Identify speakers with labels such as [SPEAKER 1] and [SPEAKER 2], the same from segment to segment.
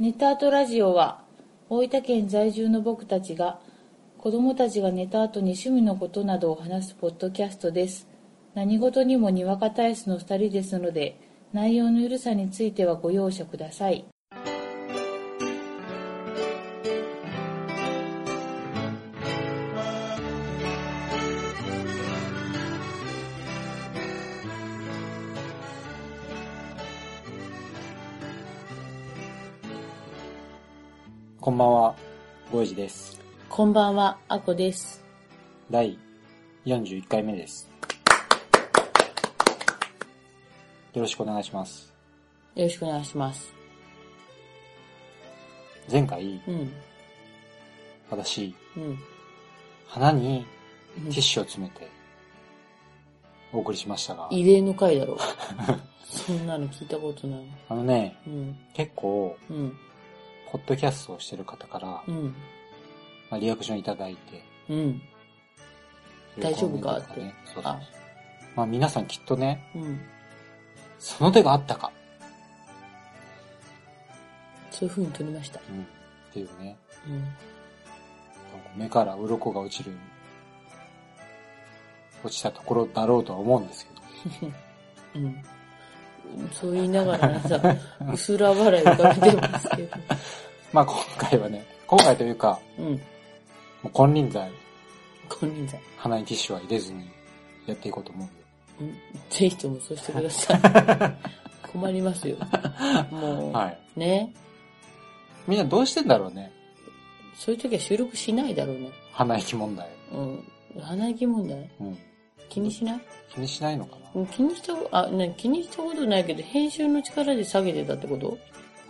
[SPEAKER 1] ネタアートラジオは大分県在住の僕たちが子供たちが寝た後に趣味のことなどを話すポッドキャストです何事にもにわか体質の2人ですので内容の緩さについてはご容赦ください
[SPEAKER 2] こんばんは、ゴイジです。
[SPEAKER 1] こんばんはあこです
[SPEAKER 2] 第41回目です。よろしくお願いします。
[SPEAKER 1] よろしくお願いします
[SPEAKER 2] 前回、
[SPEAKER 1] うん
[SPEAKER 2] 私、
[SPEAKER 1] うん
[SPEAKER 2] 鼻に
[SPEAKER 1] うん
[SPEAKER 2] ティッシュを詰めて、お送りしましたが、
[SPEAKER 1] 異例の回だろ そんなの聞いたことない
[SPEAKER 2] あのね、
[SPEAKER 1] うん
[SPEAKER 2] 結構、
[SPEAKER 1] うん
[SPEAKER 2] ポッドキャストをしてる方から、ま
[SPEAKER 1] うん
[SPEAKER 2] あ、リアクションいただいて、
[SPEAKER 1] うん大丈夫か
[SPEAKER 2] そういうコメントとかねそうそう
[SPEAKER 1] あ
[SPEAKER 2] まあ皆さんきっとね、
[SPEAKER 1] うん
[SPEAKER 2] その手があったか、
[SPEAKER 1] そういう風に撮りました
[SPEAKER 2] うん、っていうね、
[SPEAKER 1] うん
[SPEAKER 2] なんか目から鱗が落ちる、落ちたところだろうとは思うんですけど。
[SPEAKER 1] うん。そう言いながらねさ、薄ら笑い浮かべてますけど。
[SPEAKER 2] まあ今回はね、今回というか、
[SPEAKER 1] うん。
[SPEAKER 2] もう金輪際、
[SPEAKER 1] ごめんなさい。
[SPEAKER 2] 鼻にティッシュは入れずにやっていこうと思うんで。
[SPEAKER 1] うんぜひともそうしてください。困りますよ。もう、
[SPEAKER 2] はい。
[SPEAKER 1] ね。
[SPEAKER 2] みんなどうしてんだろうね、
[SPEAKER 1] そういう時は収録しないだろうね。
[SPEAKER 2] 鼻息問題。
[SPEAKER 1] うん。鼻息問題
[SPEAKER 2] うん。
[SPEAKER 1] 気にしない
[SPEAKER 2] 気にしないのかな、
[SPEAKER 1] うん気にしたこ、あ、ね、気にしたことないけど、編集の力で下げてたってこと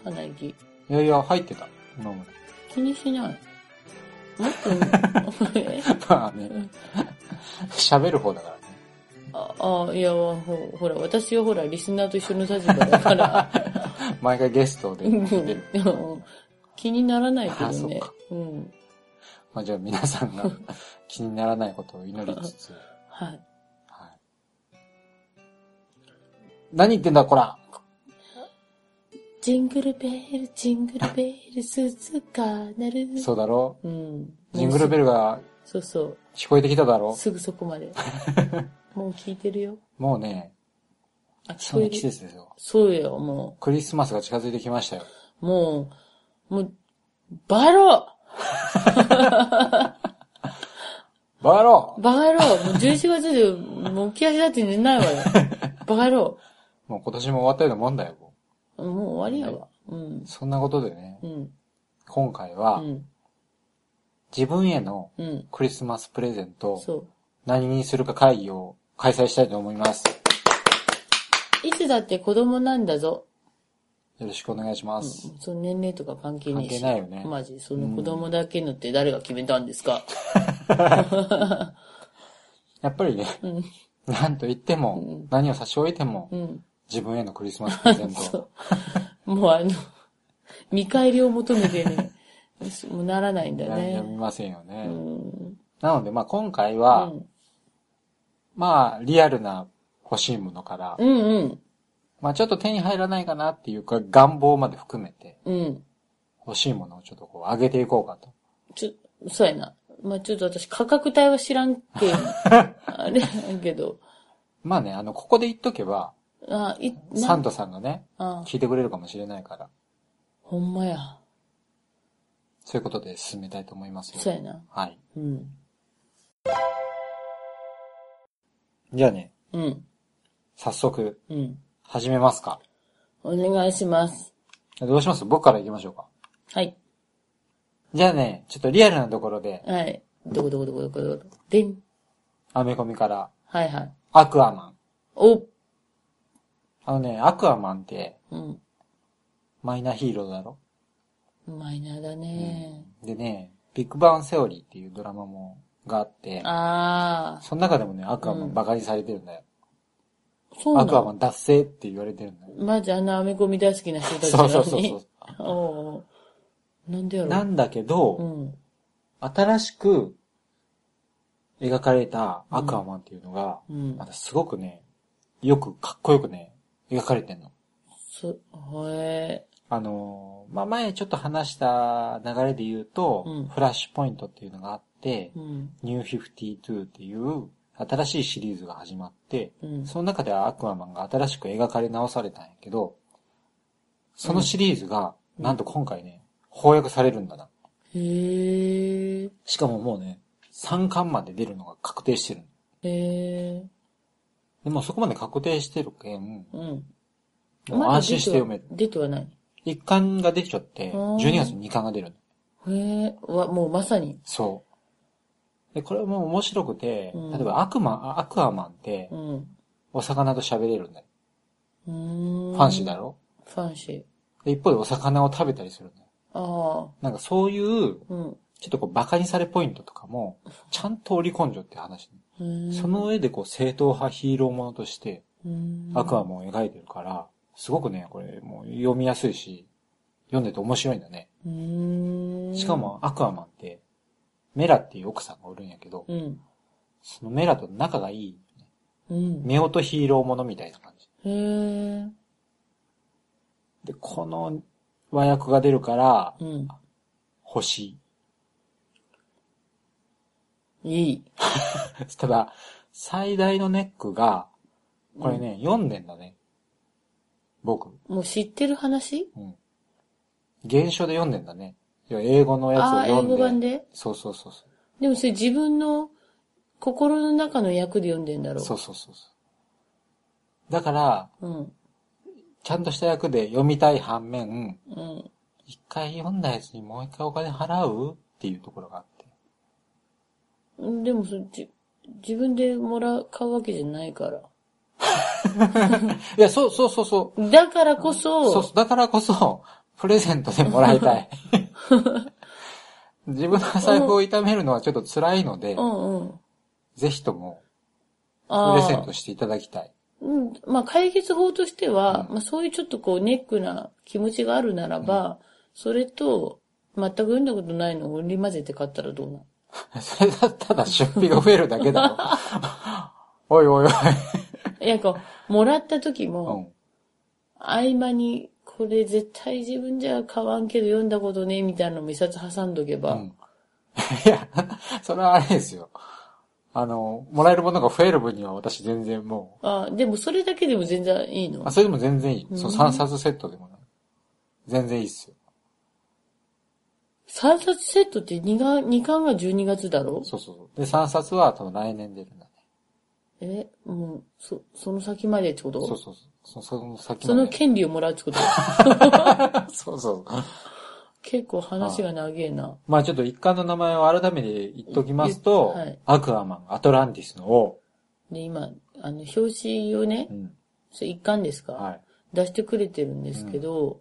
[SPEAKER 1] 鼻息。
[SPEAKER 2] いやいや、入ってた。今まで。
[SPEAKER 1] 気にしない。もっと、え
[SPEAKER 2] まあね、 喋る方だからね。
[SPEAKER 1] ああ、いや、ほほら、私はほら、リスナーと一緒の立場だから、
[SPEAKER 2] 毎回ゲストで
[SPEAKER 1] うん
[SPEAKER 2] 出 る。
[SPEAKER 1] 気にならないけど
[SPEAKER 2] あそ
[SPEAKER 1] ね
[SPEAKER 2] うか。
[SPEAKER 1] うん。
[SPEAKER 2] まあじゃあ皆さんが気にならないことを祈りつつ、
[SPEAKER 1] はい。
[SPEAKER 2] はい。何言ってんだ、こら
[SPEAKER 1] ジングルベール、ジングルベール、鈴かなる。
[SPEAKER 2] そうだろ
[SPEAKER 1] う。ん。
[SPEAKER 2] ジングルベルが
[SPEAKER 1] そうそ
[SPEAKER 2] 聞こえてきただ
[SPEAKER 1] う。
[SPEAKER 2] ろ
[SPEAKER 1] すぐそこまで。 もう聞いてるよ。
[SPEAKER 2] もうね、
[SPEAKER 1] あ、聞
[SPEAKER 2] そ
[SPEAKER 1] こえ
[SPEAKER 2] の
[SPEAKER 1] る
[SPEAKER 2] 季。節ですよ。
[SPEAKER 1] そうよ、も
[SPEAKER 2] クリスマスが近づいてきましたよ。
[SPEAKER 1] う。もう、もう、バロ
[SPEAKER 2] バロ
[SPEAKER 1] バカ野郎もう11月で、もう起き足だって寝ないわ よ。バカ野郎
[SPEAKER 2] ーもう今年も終わったようなもんだよ。も
[SPEAKER 1] もう終わりやわ。うん
[SPEAKER 2] う。そんなことでね
[SPEAKER 1] う、ん。
[SPEAKER 2] 今回
[SPEAKER 1] う
[SPEAKER 2] は
[SPEAKER 1] ん。
[SPEAKER 2] 自分への
[SPEAKER 1] うん。
[SPEAKER 2] クリスマスプレゼントを
[SPEAKER 1] そう。
[SPEAKER 2] 何にするか会議を開催したいと思います。
[SPEAKER 1] いつだって子供なんだぞ。
[SPEAKER 2] よろしくお願いします。
[SPEAKER 1] うんその年齢とか関係ねえし。
[SPEAKER 2] 関係ないよね
[SPEAKER 1] マジ、その子供だけのって誰が決めたんですか、
[SPEAKER 2] やっぱりね、
[SPEAKER 1] うん、
[SPEAKER 2] なんと言って
[SPEAKER 1] う
[SPEAKER 2] も、何を差し置いても
[SPEAKER 1] う、ん。
[SPEAKER 2] 自分へのクリスマスプ レゼン
[SPEAKER 1] そ
[SPEAKER 2] ト
[SPEAKER 1] う。もう あの、見返りを求めてね、もうならないんだね。
[SPEAKER 2] 悩みませんよね。
[SPEAKER 1] うん。
[SPEAKER 2] なので、まあ今回は、
[SPEAKER 1] うん
[SPEAKER 2] まあ、リアルな欲しいものから、
[SPEAKER 1] うんうん。
[SPEAKER 2] まあちょっと手に入らないかなっていうか、願望まで含めて、
[SPEAKER 1] うん。
[SPEAKER 2] 欲しいものをちょっとこう上げていこうかと。
[SPEAKER 1] ちょ、そうやな。まあちょっと私価格帯は知らんけん。あれやけど。
[SPEAKER 2] まあね、あの、ここで言っとけば、
[SPEAKER 1] あ、い、
[SPEAKER 2] サンタさんがね、
[SPEAKER 1] あ、
[SPEAKER 2] 聞いてくれるかもしれないから、
[SPEAKER 1] ほんまや。
[SPEAKER 2] そういうことで進めたいと思います
[SPEAKER 1] そう
[SPEAKER 2] よ。
[SPEAKER 1] やな。
[SPEAKER 2] はい。
[SPEAKER 1] うん。
[SPEAKER 2] じゃあね、
[SPEAKER 1] うん。
[SPEAKER 2] 早速、
[SPEAKER 1] うん。
[SPEAKER 2] 始めますか。
[SPEAKER 1] お願いします。
[SPEAKER 2] どうします僕から行きましょうか。
[SPEAKER 1] はい。
[SPEAKER 2] じゃあね、ちょっとリアルなところで、
[SPEAKER 1] はい。どこどこどこどこどこ。でん。
[SPEAKER 2] アメコミから、
[SPEAKER 1] はいはい。
[SPEAKER 2] アクアマン。
[SPEAKER 1] お。
[SPEAKER 2] あのね、アクアマンって、
[SPEAKER 1] うん。マ
[SPEAKER 2] マイナーヒーローだろ
[SPEAKER 1] イナーだね。
[SPEAKER 2] でね、ビッグバンセオリーっていうドラマも、があって、
[SPEAKER 1] ああ。
[SPEAKER 2] その中でもね、アクアマ
[SPEAKER 1] うん
[SPEAKER 2] ンバカにされてるんだよ。
[SPEAKER 1] そうな
[SPEAKER 2] アクア
[SPEAKER 1] の
[SPEAKER 2] マン脱製って言われてるんだよ。
[SPEAKER 1] マジあんなアメコミ大好きな人たちなの
[SPEAKER 2] そう
[SPEAKER 1] に。
[SPEAKER 2] そうそう そ
[SPEAKER 1] おうおうなんでや
[SPEAKER 2] う。
[SPEAKER 1] ろ
[SPEAKER 2] なんだけど、
[SPEAKER 1] うん。
[SPEAKER 2] 新しく描かれたアクアマンっていうのが、
[SPEAKER 1] うん
[SPEAKER 2] ま。たすごくね、よくかっこよくね、描かれてんの。
[SPEAKER 1] そ、へえ。
[SPEAKER 2] あの、まあ、前ちょっと話した流れで言うと、
[SPEAKER 1] うん
[SPEAKER 2] フラッシュポイントっていうのがあって、
[SPEAKER 1] うん。
[SPEAKER 2] ニュー52っていう新しいシリーズが始まって、
[SPEAKER 1] うん。
[SPEAKER 2] その中ではアクアマンが新しく描かれ直されたんやけど、そのシリーズが、
[SPEAKER 1] うん
[SPEAKER 2] なんと今回ね、翻訳されるんだな。
[SPEAKER 1] へえ。
[SPEAKER 2] しかももうね、3巻まで出るのが確定してる。
[SPEAKER 1] へえ。
[SPEAKER 2] でもそこまで確定してるけん、
[SPEAKER 1] うん。
[SPEAKER 2] もう安心して読める。
[SPEAKER 1] 出てはない。
[SPEAKER 2] 1巻ができちゃって、
[SPEAKER 1] うん
[SPEAKER 2] 12月に2巻が出るの。
[SPEAKER 1] へえ。わ、もうまさに。
[SPEAKER 2] そう。で、これも面白くて、
[SPEAKER 1] うん
[SPEAKER 2] 例えば悪魔、アクアマンって
[SPEAKER 1] う、ん。
[SPEAKER 2] お魚と喋れるんだよ。
[SPEAKER 1] うーん。
[SPEAKER 2] ファンシーだ。ろ
[SPEAKER 1] ファンシー。
[SPEAKER 2] で、一方でお魚を食べたりするんだよ。
[SPEAKER 1] あ
[SPEAKER 2] なんかそういう、
[SPEAKER 1] あ。うん。
[SPEAKER 2] ちょっとこう、バカにされポイントとかも、ちゃんと織り込んじゃって話。
[SPEAKER 1] うーん
[SPEAKER 2] その、上でこう、正統派ヒーローものとして、アクア
[SPEAKER 1] マ
[SPEAKER 2] も描いてるから、すごくね、これ、もう読みやすいし、読んでて面白いんだね。
[SPEAKER 1] ン
[SPEAKER 2] しか、も、アクアマンって、メラっていう奥さんがおるんやけど、
[SPEAKER 1] うん。
[SPEAKER 2] そのメラと仲がいい、
[SPEAKER 1] うん。
[SPEAKER 2] 夫婦ヒーローものみたいな感じ。
[SPEAKER 1] へえ。
[SPEAKER 2] で、この和訳が出るから、
[SPEAKER 1] うん。
[SPEAKER 2] 欲しい。
[SPEAKER 1] いい。
[SPEAKER 2] ただ、最大のネックが、これね、読んでんだね。僕。
[SPEAKER 1] もう知ってる話
[SPEAKER 2] うん。原書で読んでんだね。要は英語のやつを
[SPEAKER 1] ああ、
[SPEAKER 2] 読
[SPEAKER 1] 英
[SPEAKER 2] んで。
[SPEAKER 1] 語版で
[SPEAKER 2] そうそうそうそ
[SPEAKER 1] でもそれ自分の心の中の役で読んでんだろ
[SPEAKER 2] う。そうそうそうそう。だから、
[SPEAKER 1] う。うん。
[SPEAKER 2] ちゃんとした役で読みたい反面、
[SPEAKER 1] うん。
[SPEAKER 2] 一回読んだやつにもう一回お金払うっていうところがあって。
[SPEAKER 1] うんでもそれじ、自分でもらう、買うわけじゃないから。
[SPEAKER 2] いや、そうそうそうそう。
[SPEAKER 1] だからこそ、
[SPEAKER 2] そうそう、だからこそ、プレゼントでもらい たい。自分の財布を痛めるのはちょっと辛いので、
[SPEAKER 1] うんうん。
[SPEAKER 2] ぜひとも、
[SPEAKER 1] あ
[SPEAKER 2] プレゼン
[SPEAKER 1] あ
[SPEAKER 2] ト。していただきたい。
[SPEAKER 1] うん。まあ、解決法としては、
[SPEAKER 2] うん
[SPEAKER 1] まあ、そういうちょっとこう、ネックな気持ちがあるならば、それと、全く読んだことないのを織り混ぜて買ったらどうなの
[SPEAKER 2] それだったら出費が増えるだ けだろ。おいおいおい。
[SPEAKER 1] いや、こう、もらった時
[SPEAKER 2] う
[SPEAKER 1] も、
[SPEAKER 2] ん。
[SPEAKER 1] 合間に、これ絶対自分じゃ買わんけど読んだことね、みたいなのも一冊挟んどけば、
[SPEAKER 2] うんいや、それはあれですよ。あの、もらえるものが増える分には私全然も、
[SPEAKER 1] あ、でもそれだけでも全然いいうの
[SPEAKER 2] あそれでも全然いい。
[SPEAKER 1] うん
[SPEAKER 2] その3冊セットでもない。全然いいっすよ。
[SPEAKER 1] ?3 冊セットって2が、2巻が12月だろ
[SPEAKER 2] そうそうそう。で、3冊は多分来年出るんだね。
[SPEAKER 1] え、もう、そ、その先までってこと
[SPEAKER 2] そうそうそう。そその先
[SPEAKER 1] そ
[SPEAKER 2] まで
[SPEAKER 1] の権利をもらうってこと
[SPEAKER 2] そうそうそう。
[SPEAKER 1] 結構話が長えな。
[SPEAKER 2] まあちょっと一巻の名前を改めて言っときますと、
[SPEAKER 1] いはい
[SPEAKER 2] アクアマン、アトランティスの王。
[SPEAKER 1] で、今、あの、表紙をね
[SPEAKER 2] う、ん。
[SPEAKER 1] それ一巻ですか、
[SPEAKER 2] はい。
[SPEAKER 1] 出してくれてるんですけど、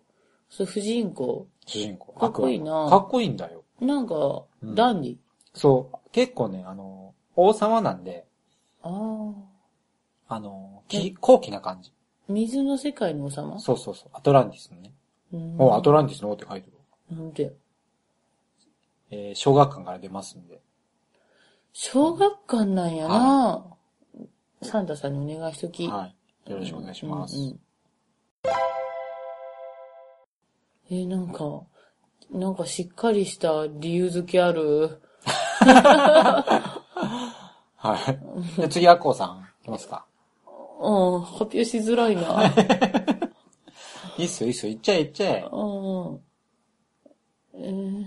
[SPEAKER 1] それ婦人公、
[SPEAKER 2] 主人公。
[SPEAKER 1] かっこいいな
[SPEAKER 2] アクアマンかっこいいんだよ。
[SPEAKER 1] なんか
[SPEAKER 2] う、ん
[SPEAKER 1] ダンディ。
[SPEAKER 2] そう。結構ね、あの、王様なんで、
[SPEAKER 1] あ
[SPEAKER 2] あの、き高貴な感じ。
[SPEAKER 1] あ。水の世界の王様
[SPEAKER 2] そうそうそう。アトランティスのね。
[SPEAKER 1] うん
[SPEAKER 2] おアトランティスの王って書いてる。
[SPEAKER 1] なんで。
[SPEAKER 2] えー小学館から出ますんで。
[SPEAKER 1] 小学館なんやな、サンタさんにお願いしとき。
[SPEAKER 2] はい。よろしくお願いします。
[SPEAKER 1] うんうんえーなんか、なんかしっかりした理由付けある。
[SPEAKER 2] はい。で次、アコさん、いきますか。
[SPEAKER 1] うん、発表しづら いな。
[SPEAKER 2] いいっすよ、いいっすよ。いっちゃえ、いっちゃえ。
[SPEAKER 1] うん。えー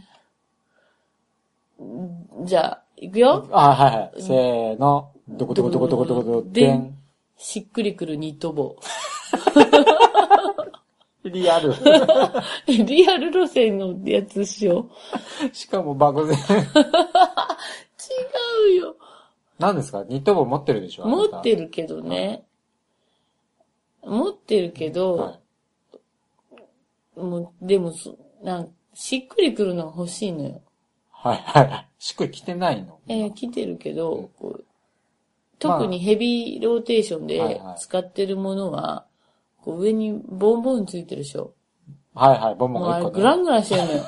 [SPEAKER 1] んじゃあ、いくよ。
[SPEAKER 2] あ、はいはい。せーの。どこどこどこどこどこどこ、でん。
[SPEAKER 1] しっくりくるニット帽。
[SPEAKER 2] リアル。
[SPEAKER 1] リアル路線のやつしよ
[SPEAKER 2] しかも漠然。
[SPEAKER 1] う。違うよ。
[SPEAKER 2] 何ですかニット帽持ってるでしょ
[SPEAKER 1] 持って
[SPEAKER 2] る。
[SPEAKER 1] るけどね。持ってるけど、
[SPEAKER 2] はい。
[SPEAKER 1] もう、でもそ、なんしっくりくるのは欲しいのよ。
[SPEAKER 2] はいはいはい。しっくり着てないの。
[SPEAKER 1] えー、来てるけど、
[SPEAKER 2] うん
[SPEAKER 1] こう
[SPEAKER 2] まあ
[SPEAKER 1] 特にヘビーローテーション
[SPEAKER 2] はい
[SPEAKER 1] で
[SPEAKER 2] はい
[SPEAKER 1] 使ってるものは、こう上にボンボンついてるでしょ。
[SPEAKER 2] はいはい。ボンボン
[SPEAKER 1] もう
[SPEAKER 2] が
[SPEAKER 1] あ
[SPEAKER 2] 一
[SPEAKER 1] れ
[SPEAKER 2] 個
[SPEAKER 1] グ
[SPEAKER 2] ね
[SPEAKER 1] ラングランしてるのよ。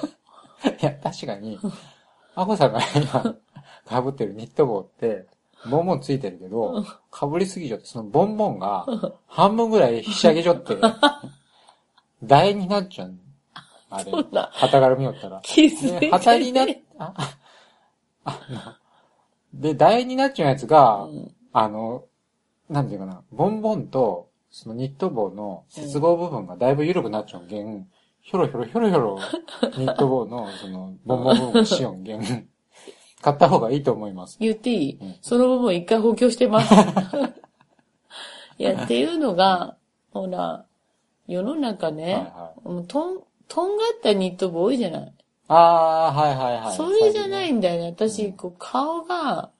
[SPEAKER 2] いや、確かに、アコさんが今、かぶってるニット帽って、ボンボンついてるけど、かぶりすぎちゃって、そのボンボンが、半分ぐらいひしゃげちゃって、台になっちゃう。あれ
[SPEAKER 1] そ。んな、
[SPEAKER 2] 旗から見よったら。
[SPEAKER 1] 気づいて
[SPEAKER 2] で、旗になっ、あ、ああの、で、台になっちゃうやつが、
[SPEAKER 1] うん
[SPEAKER 2] あの、なんていうかな、ボンボンと、そのニット帽の接合部分がだいぶ緩くなっちゃうんげん、ひょろひょろひょろひ ょろ、ニット帽の、その、ボンボン部分がしよんげん、買った方がいいと思います。
[SPEAKER 1] 言っていい、
[SPEAKER 2] うん
[SPEAKER 1] その部分一回補強して ます。いや、っていうのが、ほら、世の中ね、
[SPEAKER 2] はいはい
[SPEAKER 1] もうとん、とんがったニット帽多いじゃない、
[SPEAKER 2] あー、はいはいはい。。
[SPEAKER 1] それじゃないいんだよね。私、こう、顔が、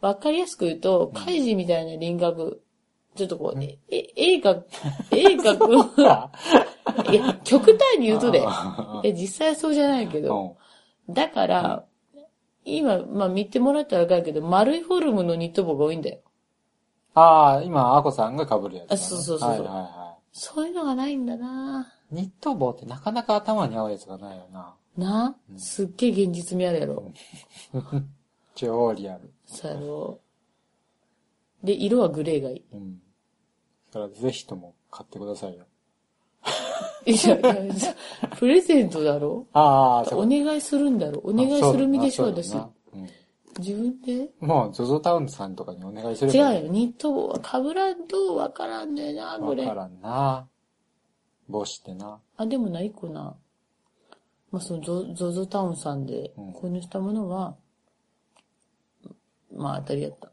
[SPEAKER 1] わかりやすく言うと、カイジみたいな輪郭。ちょっとこう、え、え、絵が、絵がこ う、いや、極端に言うとで、い
[SPEAKER 2] あー
[SPEAKER 1] や、実際そうじゃないけ
[SPEAKER 2] う
[SPEAKER 1] ど、
[SPEAKER 2] ん
[SPEAKER 1] だから、今、まあ見てもらったらわかるけど、丸いフォルムのニット帽が多いんだよ。
[SPEAKER 2] あー、今、アコさんが被るやつだね、
[SPEAKER 1] あそうそうそう
[SPEAKER 2] はい
[SPEAKER 1] そう
[SPEAKER 2] はいは。
[SPEAKER 1] そういうのがないんだない
[SPEAKER 2] ニット帽ってなかなか頭に合うやつがないよな。
[SPEAKER 1] な
[SPEAKER 2] うん
[SPEAKER 1] すっげえ現実味あるやろ。
[SPEAKER 2] 超リアル。
[SPEAKER 1] そうやろ。で、色はグレーがい
[SPEAKER 2] うん。だから、ぜひとも買ってくださいよ。
[SPEAKER 1] い。いやいやプレゼントだろ
[SPEAKER 2] ああ、
[SPEAKER 1] お
[SPEAKER 2] う
[SPEAKER 1] 願いするんだろお
[SPEAKER 2] お
[SPEAKER 1] 願いする身でしょ、私。
[SPEAKER 2] うん。
[SPEAKER 1] 自分で
[SPEAKER 2] もう、ゾゾタウンさんとかにお願いすれ
[SPEAKER 1] 違う
[SPEAKER 2] ばいい。
[SPEAKER 1] よ。ニット帽は被らんとわからんねんな、こ
[SPEAKER 2] わ
[SPEAKER 1] れ
[SPEAKER 2] か。らんな。帽子ってな。
[SPEAKER 1] あ、でもな、一個な。まあ、そのゾ、ゾゾタウンさんで
[SPEAKER 2] うん
[SPEAKER 1] 購入したものは、まあ、当たりやった。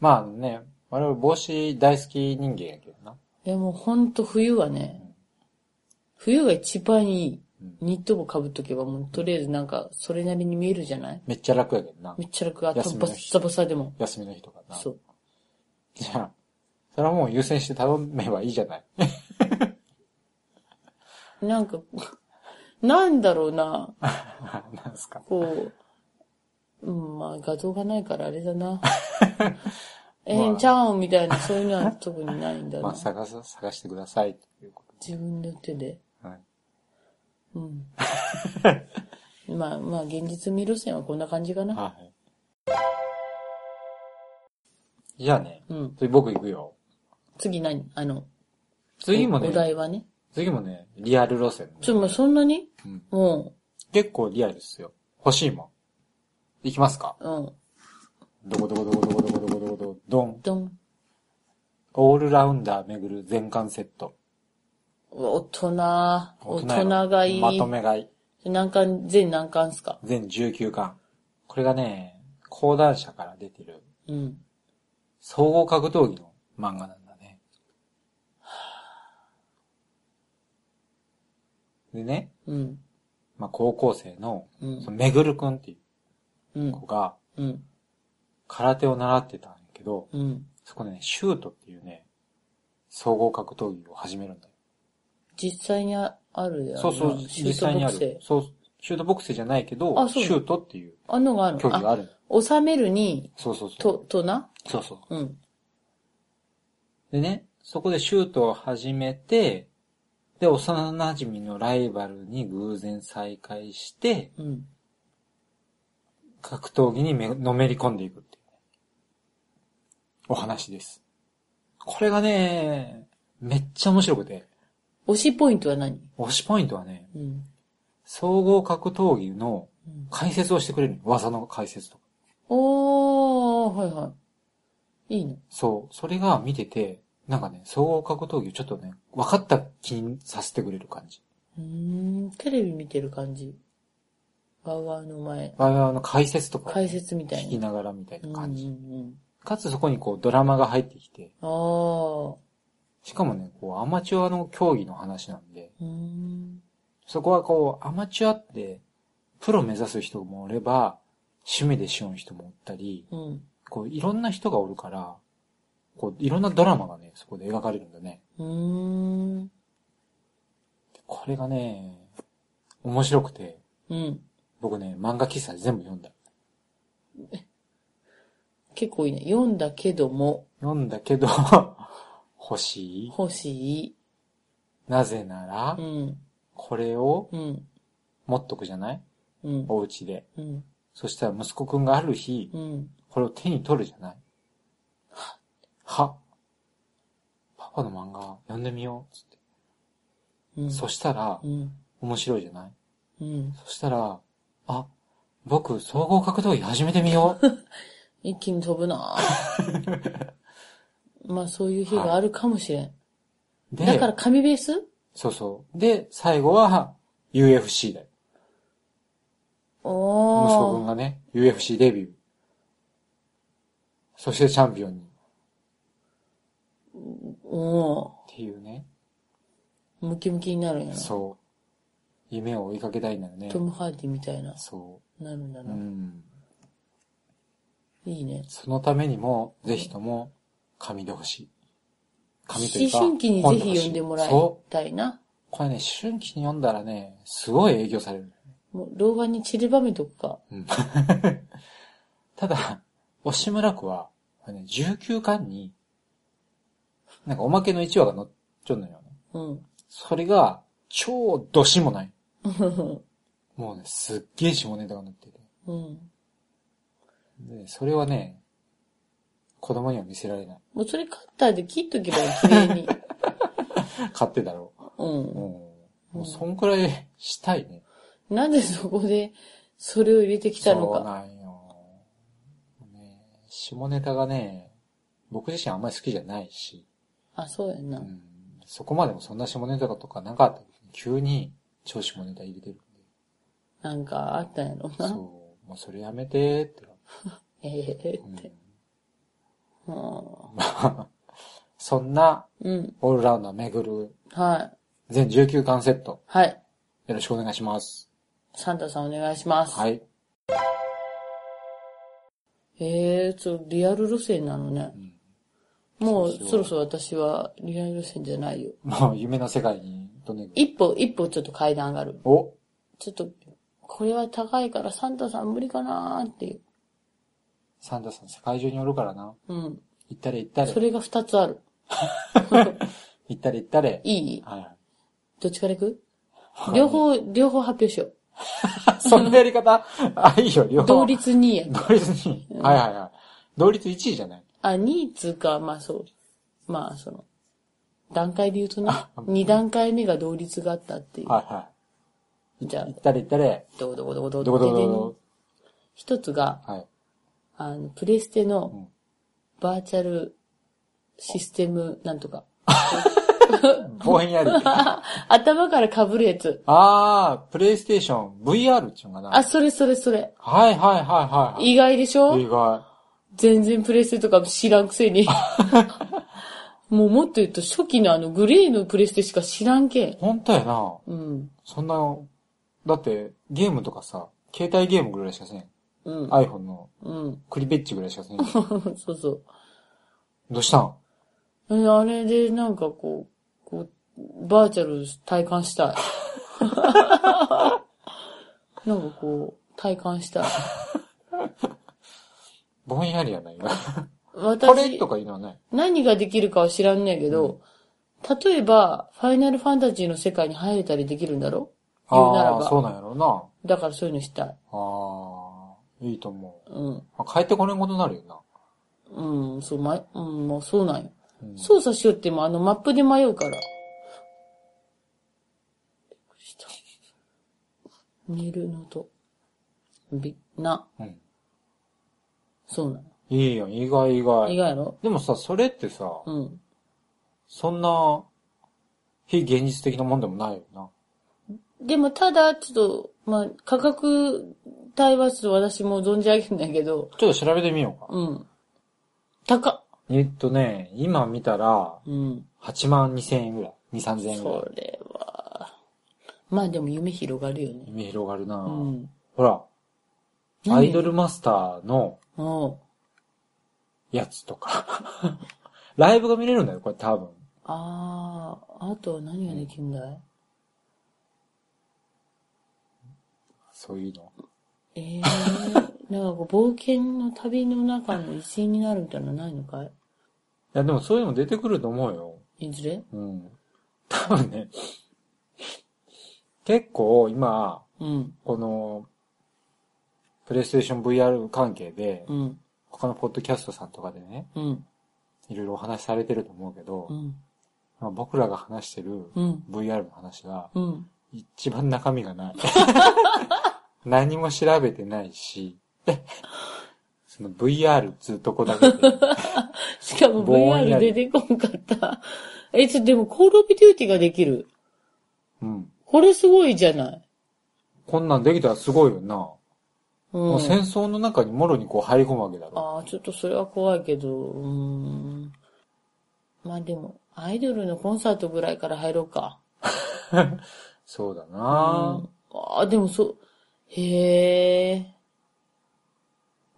[SPEAKER 2] まあね、我々帽子大好き人間やけどな。
[SPEAKER 1] いや、もうほんと冬はね、冬が一番いい。ニット帽被っとけば、もうとりあえずなんか、それなりに見えるじゃない
[SPEAKER 2] めっちゃ楽やけどな
[SPEAKER 1] め。っちゃ楽、頭
[SPEAKER 2] 休み
[SPEAKER 1] バ
[SPEAKER 2] の
[SPEAKER 1] ッ
[SPEAKER 2] 日
[SPEAKER 1] サバサでも。
[SPEAKER 2] 休みの日とかな。
[SPEAKER 1] そう。
[SPEAKER 2] じゃあ、それはもう優先して頼めばいいじゃない。
[SPEAKER 1] なんか、なんだろうな。
[SPEAKER 2] なんすか。
[SPEAKER 1] こう、うん、まあ画像がないからあれだ な。え
[SPEAKER 2] ま
[SPEAKER 1] ー
[SPEAKER 2] あ
[SPEAKER 1] ちゃうんみたいな、そういうのは特にないんだ
[SPEAKER 2] ま
[SPEAKER 1] な
[SPEAKER 2] あ、。探す、探してください。というこ
[SPEAKER 1] 自分の手で。
[SPEAKER 2] と。はい。
[SPEAKER 1] うん。 まあまあ、現実味路線はこんな感じかな。
[SPEAKER 2] はい。じゃあね、
[SPEAKER 1] うん。
[SPEAKER 2] 次僕行くよ。
[SPEAKER 1] 次何あの、
[SPEAKER 2] 次もね
[SPEAKER 1] お、題はね。
[SPEAKER 2] 次もね、リアル路線。
[SPEAKER 1] ちょ、まあそんなに
[SPEAKER 2] うん
[SPEAKER 1] も
[SPEAKER 2] 結構リアルですよ。欲しいもん。いきますか
[SPEAKER 1] う、うん。
[SPEAKER 2] どこどこどこどこどこどこどこどこどん。
[SPEAKER 1] ドン。
[SPEAKER 2] オールラウンダー巡る全巻セット。
[SPEAKER 1] 大人、大人
[SPEAKER 2] よ
[SPEAKER 1] がいい。
[SPEAKER 2] まとめ買い。
[SPEAKER 1] 何巻、全何巻っすか
[SPEAKER 2] 全19巻。これがね、講談社から出てる、
[SPEAKER 1] うん。
[SPEAKER 2] 総合格闘技の漫画なんだね。でね、
[SPEAKER 1] うん。
[SPEAKER 2] まあ、高校生の、
[SPEAKER 1] うん
[SPEAKER 2] そのめぐるくんっていううん子。が、
[SPEAKER 1] うん。
[SPEAKER 2] 空手を習ってたんやけど、
[SPEAKER 1] うん。
[SPEAKER 2] そこでね、シュートっていうね、総合格闘技を始めるんだよ。
[SPEAKER 1] 実際にああるやろ
[SPEAKER 2] そうそう、
[SPEAKER 1] シ
[SPEAKER 2] 実
[SPEAKER 1] ュート
[SPEAKER 2] 際
[SPEAKER 1] ボ
[SPEAKER 2] にあ
[SPEAKER 1] クセ
[SPEAKER 2] る。そう、シュートボクセじゃないけど
[SPEAKER 1] あ、そう
[SPEAKER 2] シュートっていう
[SPEAKER 1] あんのがある
[SPEAKER 2] 競技がある。
[SPEAKER 1] あ、収めるに、
[SPEAKER 2] そうそうそ
[SPEAKER 1] と
[SPEAKER 2] う。、
[SPEAKER 1] とな
[SPEAKER 2] そうそう。
[SPEAKER 1] うん。
[SPEAKER 2] でね、そこでシュートを始めて、で、幼馴染のライバルに偶然再会して、
[SPEAKER 1] うん。
[SPEAKER 2] 格闘技にめのめり込んでいくっていう、お話です。これがね、めっちゃ面白くて、
[SPEAKER 1] 推しポイントは何
[SPEAKER 2] 推しポイントはね、
[SPEAKER 1] うん。
[SPEAKER 2] 総合格闘技の
[SPEAKER 1] うん
[SPEAKER 2] 解説をしてくれるの技の解説とか。
[SPEAKER 1] おー、はいはい。いいの。
[SPEAKER 2] そう、それが見てて、なんかね、総合格闘技をちょっとね、分かった気にさせてくれる感じ。
[SPEAKER 1] うーん、テレビ見てる感じ。ワウワウの前、
[SPEAKER 2] 我々の解説とかをね、
[SPEAKER 1] 解説みたい
[SPEAKER 2] 聞きながらみたい
[SPEAKER 1] な。
[SPEAKER 2] な感
[SPEAKER 1] う
[SPEAKER 2] じ。
[SPEAKER 1] んうんうん。
[SPEAKER 2] かつそこにこうドラマが入ってきて、
[SPEAKER 1] あー、
[SPEAKER 2] しかもね、こうアマチュアの競技の話なんで、
[SPEAKER 1] うーん。
[SPEAKER 2] そこはこうアマチュアって、プロ目指す人もおれば、趣味でしよう人もおったり、
[SPEAKER 1] うん。
[SPEAKER 2] こういろんな人がおるから、こういろんなドラマがね、そこで描かれるんだね。
[SPEAKER 1] うーん。
[SPEAKER 2] これがね、面白くて、
[SPEAKER 1] うん。
[SPEAKER 2] 僕ね、漫画喫茶全部読んだ。
[SPEAKER 1] 結構いいね。読んだけども、
[SPEAKER 2] 読んだけど、 欲しい。
[SPEAKER 1] 欲しい。
[SPEAKER 2] なぜなら
[SPEAKER 1] う、ん。
[SPEAKER 2] これを
[SPEAKER 1] うん。
[SPEAKER 2] 持っとくじゃない
[SPEAKER 1] うん。
[SPEAKER 2] お家で。
[SPEAKER 1] うん。
[SPEAKER 2] そしたら息子くんがある日、
[SPEAKER 1] うん。
[SPEAKER 2] これを手に取るじゃないはパパの漫画読んでみようっつって。
[SPEAKER 1] うん。
[SPEAKER 2] そしたら
[SPEAKER 1] う、ん。
[SPEAKER 2] 面白いじゃない
[SPEAKER 1] うん。
[SPEAKER 2] そしたら、あ、僕、総合格闘技始めてみよう。
[SPEAKER 1] 一気に飛ぶ なぁまあそういう日があるかもしれん。
[SPEAKER 2] で、
[SPEAKER 1] だから紙ベース
[SPEAKER 2] そうそう。で、最後は、UFC だよ。息子くん
[SPEAKER 1] おー。
[SPEAKER 2] がね、UFC デビュー。そしてチャンピオンに。っ
[SPEAKER 1] お
[SPEAKER 2] ていうね。
[SPEAKER 1] ー。ムキムキになるんやな。
[SPEAKER 2] そう。夢を追いかけたいんだよね
[SPEAKER 1] ト。ム・ハーディみたいな。
[SPEAKER 2] そ
[SPEAKER 1] なるんだ
[SPEAKER 2] う。う
[SPEAKER 1] な。
[SPEAKER 2] ん。
[SPEAKER 1] いいね。
[SPEAKER 2] そのためにも、ぜひとも、紙でほしい。紙とい
[SPEAKER 1] 思
[SPEAKER 2] うか
[SPEAKER 1] 春期にぜひ読んでもらい
[SPEAKER 2] そう。
[SPEAKER 1] たいな。
[SPEAKER 2] これね、思春期に読んだらね、すごい影響される。
[SPEAKER 1] もう老眼に散りばめとくか。
[SPEAKER 2] ただ、押村区は、これね、19巻に、なんかおまけの1話が載っちゃうのよね。
[SPEAKER 1] うん。
[SPEAKER 2] それが、超どしも ない。もうね、すっげえ下ネタが載ってて。
[SPEAKER 1] うん。
[SPEAKER 2] で、それはね、子供には見せられない。
[SPEAKER 1] もうそれカッターで切っとけばいい、綺麗 に。
[SPEAKER 2] 勝手だろう。うん。
[SPEAKER 1] う
[SPEAKER 2] もうそんくらいしたいね。
[SPEAKER 1] ん。なんでそこで、それを入れてきたの
[SPEAKER 2] そう
[SPEAKER 1] か。
[SPEAKER 2] なんよ。ね、下ネタがね、僕自身あんまり好きじゃないし、
[SPEAKER 1] あ、そうやんな
[SPEAKER 2] う。ん、そこまでもそんな下ネタとかなかったけど急に超下ネタ入れてるんで。
[SPEAKER 1] なんかあったんやろ
[SPEAKER 2] そう、
[SPEAKER 1] な。
[SPEAKER 2] もうそれやめてーって。
[SPEAKER 1] ええ
[SPEAKER 2] う
[SPEAKER 1] っ
[SPEAKER 2] ん
[SPEAKER 1] て。う。
[SPEAKER 2] そんなん
[SPEAKER 1] うん。
[SPEAKER 2] オールラウンダー巡る
[SPEAKER 1] はい。
[SPEAKER 2] 全19巻セット、
[SPEAKER 1] はい。
[SPEAKER 2] よろしくお願いします。
[SPEAKER 1] サンタさんお願いします。
[SPEAKER 2] はい。
[SPEAKER 1] ええー、ちょ、リアル路線なのね。もう、そろそろ私はリアル路線じゃないよ。
[SPEAKER 2] もう夢の世界に、どね、
[SPEAKER 1] 一歩、一歩ちょっと階段上がる。
[SPEAKER 2] お
[SPEAKER 1] ちょっと、これは高いからサンタさん無理かなーっていう。
[SPEAKER 2] サンタさん世界中におるからな。
[SPEAKER 1] うん。
[SPEAKER 2] 行ったれ行ったれ
[SPEAKER 1] そ。れが二つある。
[SPEAKER 2] 行ったれ行ったれ。
[SPEAKER 1] いい
[SPEAKER 2] はい。
[SPEAKER 1] どっちから行く両方、両方発表しよう。
[SPEAKER 2] そんなやり方あ、いいよ、両方。
[SPEAKER 1] 同。率2位や。
[SPEAKER 2] 同率に。はいはいはい。同率1位じゃない
[SPEAKER 1] あ、2位っつうか、まあそう。まあその、段階で言うとね、2段階目が同率があったっていう。
[SPEAKER 2] はいは
[SPEAKER 1] じゃあ
[SPEAKER 2] い。行、ったれ行ったれ。
[SPEAKER 1] どこどこどこどこ
[SPEAKER 2] どこどこど
[SPEAKER 1] ど
[SPEAKER 2] こ。
[SPEAKER 1] 一つが、
[SPEAKER 2] はい。
[SPEAKER 1] あの、プレステの
[SPEAKER 2] ん
[SPEAKER 1] バーチャルシステムなんとか。
[SPEAKER 2] ぼんやり。 あ
[SPEAKER 1] 頭から被るやつ。
[SPEAKER 2] あー、プレイステーション VR っていうのかな。
[SPEAKER 1] あ、それそれそれ。
[SPEAKER 2] はいはいはいはい
[SPEAKER 1] 意外でしょ
[SPEAKER 2] はい。意外。
[SPEAKER 1] 全然プレステとか知らんくせに。もうもっと言うと初期のあのグレーのプレステしか知らんけん。
[SPEAKER 2] 本当やな。
[SPEAKER 1] うん。
[SPEAKER 2] そんな、だって、ゲームとかさ、携帯ゲームぐらいしかせん。
[SPEAKER 1] うん。
[SPEAKER 2] iPhone の
[SPEAKER 1] うん。
[SPEAKER 2] クリベッチぐらいしかせん。
[SPEAKER 1] そうそう。
[SPEAKER 2] どうしたん
[SPEAKER 1] えあれでなんかこう、こう、バーチャル体感したい。 なんかこう、体感したい。
[SPEAKER 2] ぼんやりやないか。
[SPEAKER 1] 私、
[SPEAKER 2] これとかいうのはない。
[SPEAKER 1] 何ができるかは知らんねんけど、例えば、ファイナルファンタジーの世界に入れたりできるんだろ言うなら
[SPEAKER 2] ああー、
[SPEAKER 1] ば
[SPEAKER 2] そうなんやろうな。
[SPEAKER 1] だからそういうのしたい。
[SPEAKER 2] ああ、いいと思う。
[SPEAKER 1] うん。
[SPEAKER 2] あ帰ってこれんことになるよな。
[SPEAKER 1] うん、そう、ま、うん、もうそうなんよ。操作しようってもあのマップで迷うから。びっくりした寝るのと。び、な。
[SPEAKER 2] うん
[SPEAKER 1] そうなの。
[SPEAKER 2] いいよ、意外意
[SPEAKER 1] 意
[SPEAKER 2] 外。
[SPEAKER 1] 外やろ
[SPEAKER 2] でもさ、それってさ、
[SPEAKER 1] うん。
[SPEAKER 2] そんな、非現実的なもんでもないよな。
[SPEAKER 1] でもただ、ちょっと、まあ、価格帯はちょっと私も存じ上げないけど、
[SPEAKER 2] ちょっと調べてみようか。
[SPEAKER 1] うん。高っ。
[SPEAKER 2] えっとね、今見たら、
[SPEAKER 1] うん。
[SPEAKER 2] 8万2千円ぐらい。2、3千円ぐらい
[SPEAKER 1] そ。れは、まあでも夢広がるよね。
[SPEAKER 2] 夢広がるな、
[SPEAKER 1] うん。
[SPEAKER 2] ほら、
[SPEAKER 1] 何
[SPEAKER 2] アイドルマスターの
[SPEAKER 1] おう
[SPEAKER 2] やつとか。 ライブが見れるんだよ、これ多分。
[SPEAKER 1] ああ、あとは何ができるんだい、
[SPEAKER 2] そういうの。
[SPEAKER 1] ええー、 なんかこう冒険の旅の中の一員になるみたいなのないのかい
[SPEAKER 2] いや、でもそういうの出てくると思うよ。
[SPEAKER 1] いずれ
[SPEAKER 2] うん。多分ね、結構今、
[SPEAKER 1] うん、
[SPEAKER 2] この、プレイステーション VR 関係で、
[SPEAKER 1] うん、
[SPEAKER 2] 他のポッドキャストさんとかでね、
[SPEAKER 1] うん、
[SPEAKER 2] いろいろお話しされてると思うけど
[SPEAKER 1] う、ん、
[SPEAKER 2] 今僕らが話してる
[SPEAKER 1] うん
[SPEAKER 2] VR の話は、
[SPEAKER 1] うん。
[SPEAKER 2] 一番中身が ない。何も調べてな いし、その VR ずっとこだけで。
[SPEAKER 1] しかも
[SPEAKER 2] ぼんや
[SPEAKER 1] VR
[SPEAKER 2] り
[SPEAKER 1] 出てこんかった。 え、ちょ、でも、コールオブデューティーができる。
[SPEAKER 2] うん。
[SPEAKER 1] これすごいじゃない。
[SPEAKER 2] こんなんできたらすごいよな。
[SPEAKER 1] うん。
[SPEAKER 2] もう戦争の中にもろにこう入り込むわけだろ。
[SPEAKER 1] ああ、ちょっとそれは怖いけど、うーん。まあでも、アイドルのコンサートぐらいから入ろうか。
[SPEAKER 2] そうだ
[SPEAKER 1] あ
[SPEAKER 2] な、
[SPEAKER 1] あー、でもそう、へえ、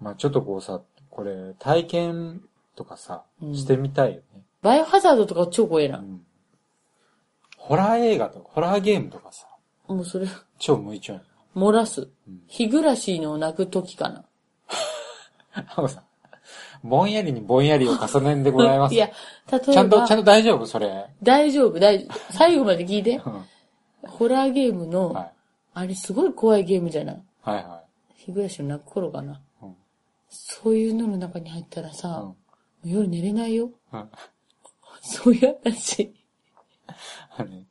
[SPEAKER 2] まあちょっとこうさ、これ体験とかさ、
[SPEAKER 1] うん
[SPEAKER 2] してみたいよね。
[SPEAKER 1] バイオハザードとか超怖いうな。
[SPEAKER 2] んホラー映画とか、ホラーゲームとかさ、
[SPEAKER 1] もうそれ、
[SPEAKER 2] 超向いちゃうよ。
[SPEAKER 1] 漏らす
[SPEAKER 2] うん。
[SPEAKER 1] 日暮らしの泣く時かな。
[SPEAKER 2] ハムさん、ぼんやりにぼんやりを重ねんでございます。
[SPEAKER 1] いや、例えば、
[SPEAKER 2] ちゃんと、ちゃんと大丈夫それ。
[SPEAKER 1] 大丈夫、大丈夫。最後まで聞いて。
[SPEAKER 2] うん
[SPEAKER 1] ホラーゲームの、
[SPEAKER 2] はい。
[SPEAKER 1] あれすごい怖いゲームじゃない
[SPEAKER 2] はいは
[SPEAKER 1] 日暮らしの泣く頃かな。
[SPEAKER 2] い。うん
[SPEAKER 1] そういうのの中に入ったらさ、
[SPEAKER 2] うん
[SPEAKER 1] もう夜寝れないよ。
[SPEAKER 2] うん
[SPEAKER 1] そういう話。
[SPEAKER 2] あのね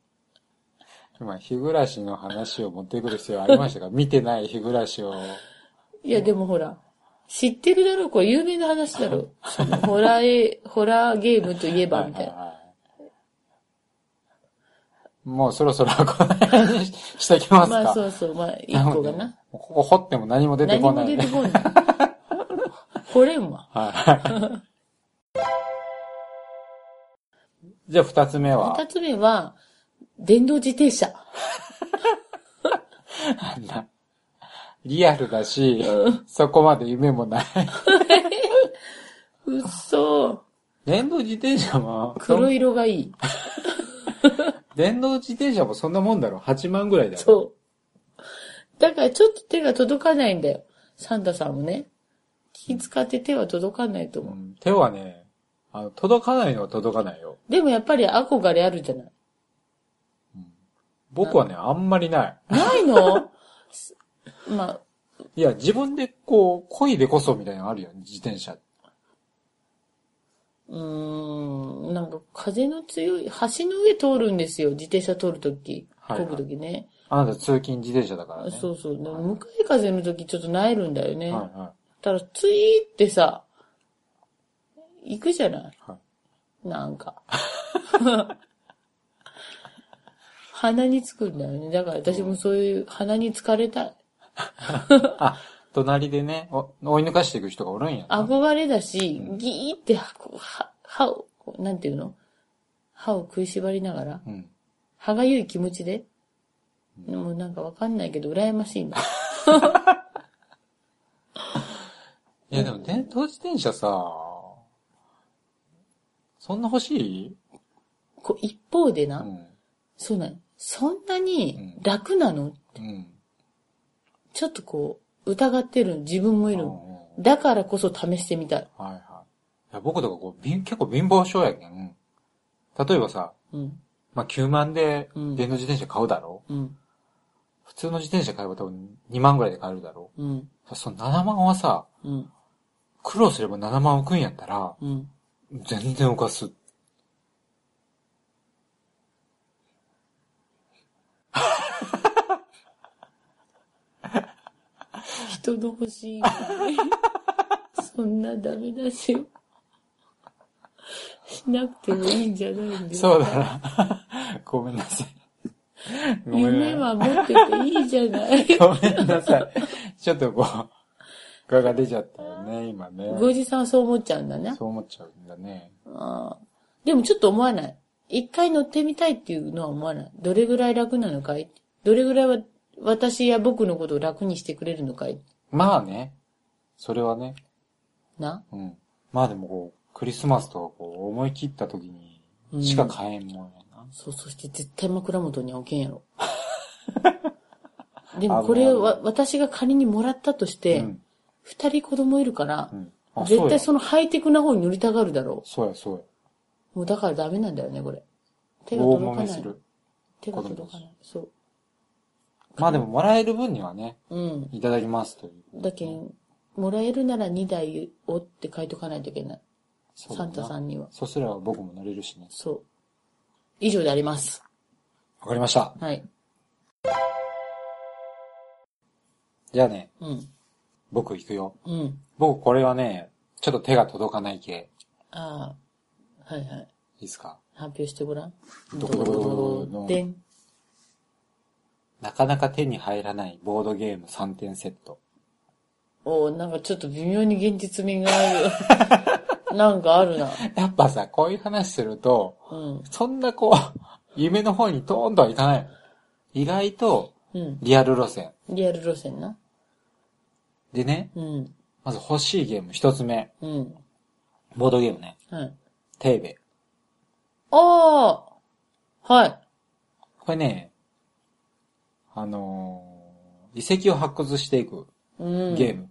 [SPEAKER 2] 今、日暮らしの話を持ってくる必要ありまし たか見てない日暮らしを。
[SPEAKER 1] いや、でもほら、知ってるだろうこれ有名な話だろそのホラーえ、ホラーゲームといえば、みたいな。
[SPEAKER 2] はい。もうそろそろこの辺にししてきますか。
[SPEAKER 1] まあそうそう、まあ一個が
[SPEAKER 2] なので
[SPEAKER 1] な。
[SPEAKER 2] ここ掘っても何も出て
[SPEAKER 1] 何
[SPEAKER 2] こな
[SPEAKER 1] も出
[SPEAKER 2] いんで。
[SPEAKER 1] てこない。これんわ。
[SPEAKER 2] はい。 じゃあ二つ目は
[SPEAKER 1] 二、つ目は、電動自転車。
[SPEAKER 2] あんなリアルだし、そこまで夢も ない。
[SPEAKER 1] うっそ
[SPEAKER 2] 電動自転車も、
[SPEAKER 1] 黒色がいい。
[SPEAKER 2] 電動自転車もそんなもんだろ。8万ぐらいだろ。う。
[SPEAKER 1] そう。だからちょっと手が届かないんだよ。サンタさんもね。気使って手は届かないと思う。
[SPEAKER 2] ん、手はね、あの、届かないのは届かないよ。
[SPEAKER 1] でもやっぱり憧れあるじゃない。
[SPEAKER 2] 僕はね、あんまりない。
[SPEAKER 1] ないの すまあ、
[SPEAKER 2] いや、自分でこう、恋でこそみたいなのあるよ、自転車。
[SPEAKER 1] うーん、なんか風の強い、橋の上通るんですよ。自転車通るとき。
[SPEAKER 2] はいは
[SPEAKER 1] 漕
[SPEAKER 2] い
[SPEAKER 1] ぐときね。
[SPEAKER 2] あなた通勤自転車だからね。
[SPEAKER 1] そうそう。でも向かい風のときちょっとなえるんだよね。
[SPEAKER 2] はいは
[SPEAKER 1] ただ、ツイーってさ、行くじゃない
[SPEAKER 2] い。はい
[SPEAKER 1] なんか。鼻につくんだよね。だから私もそういう鼻につかれたい。
[SPEAKER 2] あ、隣でね、お追い抜かしていく人がおるんやな。
[SPEAKER 1] 憧れだし、ギーってこう歯歯を、こうなんていうの歯を食いしばりながら、
[SPEAKER 2] うん。
[SPEAKER 1] 歯がゆい気持ちで、もうなんかわかんないけど、羨ましいんだ。
[SPEAKER 2] いや、でも電動自転車さ、そんな欲しい
[SPEAKER 1] こう一方で
[SPEAKER 2] う
[SPEAKER 1] な、
[SPEAKER 2] ん。
[SPEAKER 1] そうなの。そんなに楽なの
[SPEAKER 2] うん。
[SPEAKER 1] ちょっとこう、疑ってる自分もいる
[SPEAKER 2] うん。うん
[SPEAKER 1] だからこそ試してみたい。
[SPEAKER 2] はいはい。いや僕とかこう、びん結構貧乏症やけん。例えばさ、
[SPEAKER 1] うん。
[SPEAKER 2] まあ、9万で
[SPEAKER 1] うん
[SPEAKER 2] 電動自転車買うだろ、
[SPEAKER 1] うん。
[SPEAKER 2] 普通の自転車買えば多分2万ぐらいで買えるだろ
[SPEAKER 1] うん。
[SPEAKER 2] その7万はさ、
[SPEAKER 1] うん。
[SPEAKER 2] 苦労すれば7万浮くんやったら、
[SPEAKER 1] うん。
[SPEAKER 2] 全然浮かす。
[SPEAKER 1] 人の欲 しいみたいそんなダメ出しをしなくてもいいんじゃないんですか
[SPEAKER 2] そうだな。 ごめんなさい。ごめんなさい
[SPEAKER 1] 夢は持ってていいじゃない。
[SPEAKER 2] ごめんなさい。ちょっとこう、画が出ちゃったよね、今ね。
[SPEAKER 1] ごじさんはそう思っちゃうんだね。
[SPEAKER 2] そう思っちゃうんだね。
[SPEAKER 1] あーでもちょっと思わない。一回乗ってみたいっていうのは思わない。どれぐらい楽なのかいどれぐらいは私や僕のことを楽にしてくれるのかい
[SPEAKER 2] まあね。それはね。
[SPEAKER 1] な
[SPEAKER 2] うん。まあでもこう、クリスマスとかこう、思い切った時にしか買えんもんやな。
[SPEAKER 1] そう、そして絶対枕元には置けん やろ。でもこれは私が仮にもらったとし
[SPEAKER 2] う
[SPEAKER 1] て、
[SPEAKER 2] ん。
[SPEAKER 1] 二人子供いるから
[SPEAKER 2] う、ん。あ
[SPEAKER 1] 絶対
[SPEAKER 2] そ
[SPEAKER 1] そのハイテクな方に乗りたがるだろ
[SPEAKER 2] うや。そうや、そうや。
[SPEAKER 1] う。もうだからダメなんだよね、これ。手が
[SPEAKER 2] 大
[SPEAKER 1] 届
[SPEAKER 2] 揉
[SPEAKER 1] か
[SPEAKER 2] め
[SPEAKER 1] な
[SPEAKER 2] す
[SPEAKER 1] い。
[SPEAKER 2] る。
[SPEAKER 1] 手が届かない。そ
[SPEAKER 2] まあでももらえる分にはね、
[SPEAKER 1] う。うん。
[SPEAKER 2] いただきますという。
[SPEAKER 1] だけん、もらえるなら2台をって書いとかないといけない。
[SPEAKER 2] そう
[SPEAKER 1] サ
[SPEAKER 2] だ
[SPEAKER 1] ン
[SPEAKER 2] な
[SPEAKER 1] タさんには。
[SPEAKER 2] そすれば僕も乗れるしね。
[SPEAKER 1] そう。以上であります。
[SPEAKER 2] わかりました。
[SPEAKER 1] はい。
[SPEAKER 2] じゃあね、
[SPEAKER 1] うん。
[SPEAKER 2] 僕行くよ。
[SPEAKER 1] うん。
[SPEAKER 2] 僕これはね、ちょっと手が届かない系。
[SPEAKER 1] ああ、はいはい。
[SPEAKER 2] いいですか
[SPEAKER 1] 発表してごらん。
[SPEAKER 2] どこどこどこどこ
[SPEAKER 1] でん。
[SPEAKER 2] なかなか手に入らないボードゲーム3点セット。
[SPEAKER 1] おーなんかちょっと微妙に現実味がある。なんかあるな。
[SPEAKER 2] やっぱさ、こういう話すると、
[SPEAKER 1] うん。
[SPEAKER 2] そんなこう、 夢の方にトーンとはいかないの。意外と、
[SPEAKER 1] うん。
[SPEAKER 2] リアル路線。
[SPEAKER 1] リアル路線な。
[SPEAKER 2] でね、
[SPEAKER 1] うん。
[SPEAKER 2] まず欲しいゲーム一つ目。
[SPEAKER 1] うん。
[SPEAKER 2] ボードゲームね。
[SPEAKER 1] はい。
[SPEAKER 2] テーベ。
[SPEAKER 1] ああはい。
[SPEAKER 2] これね、あのー遺跡を発掘していく
[SPEAKER 1] うん。
[SPEAKER 2] ゲーム。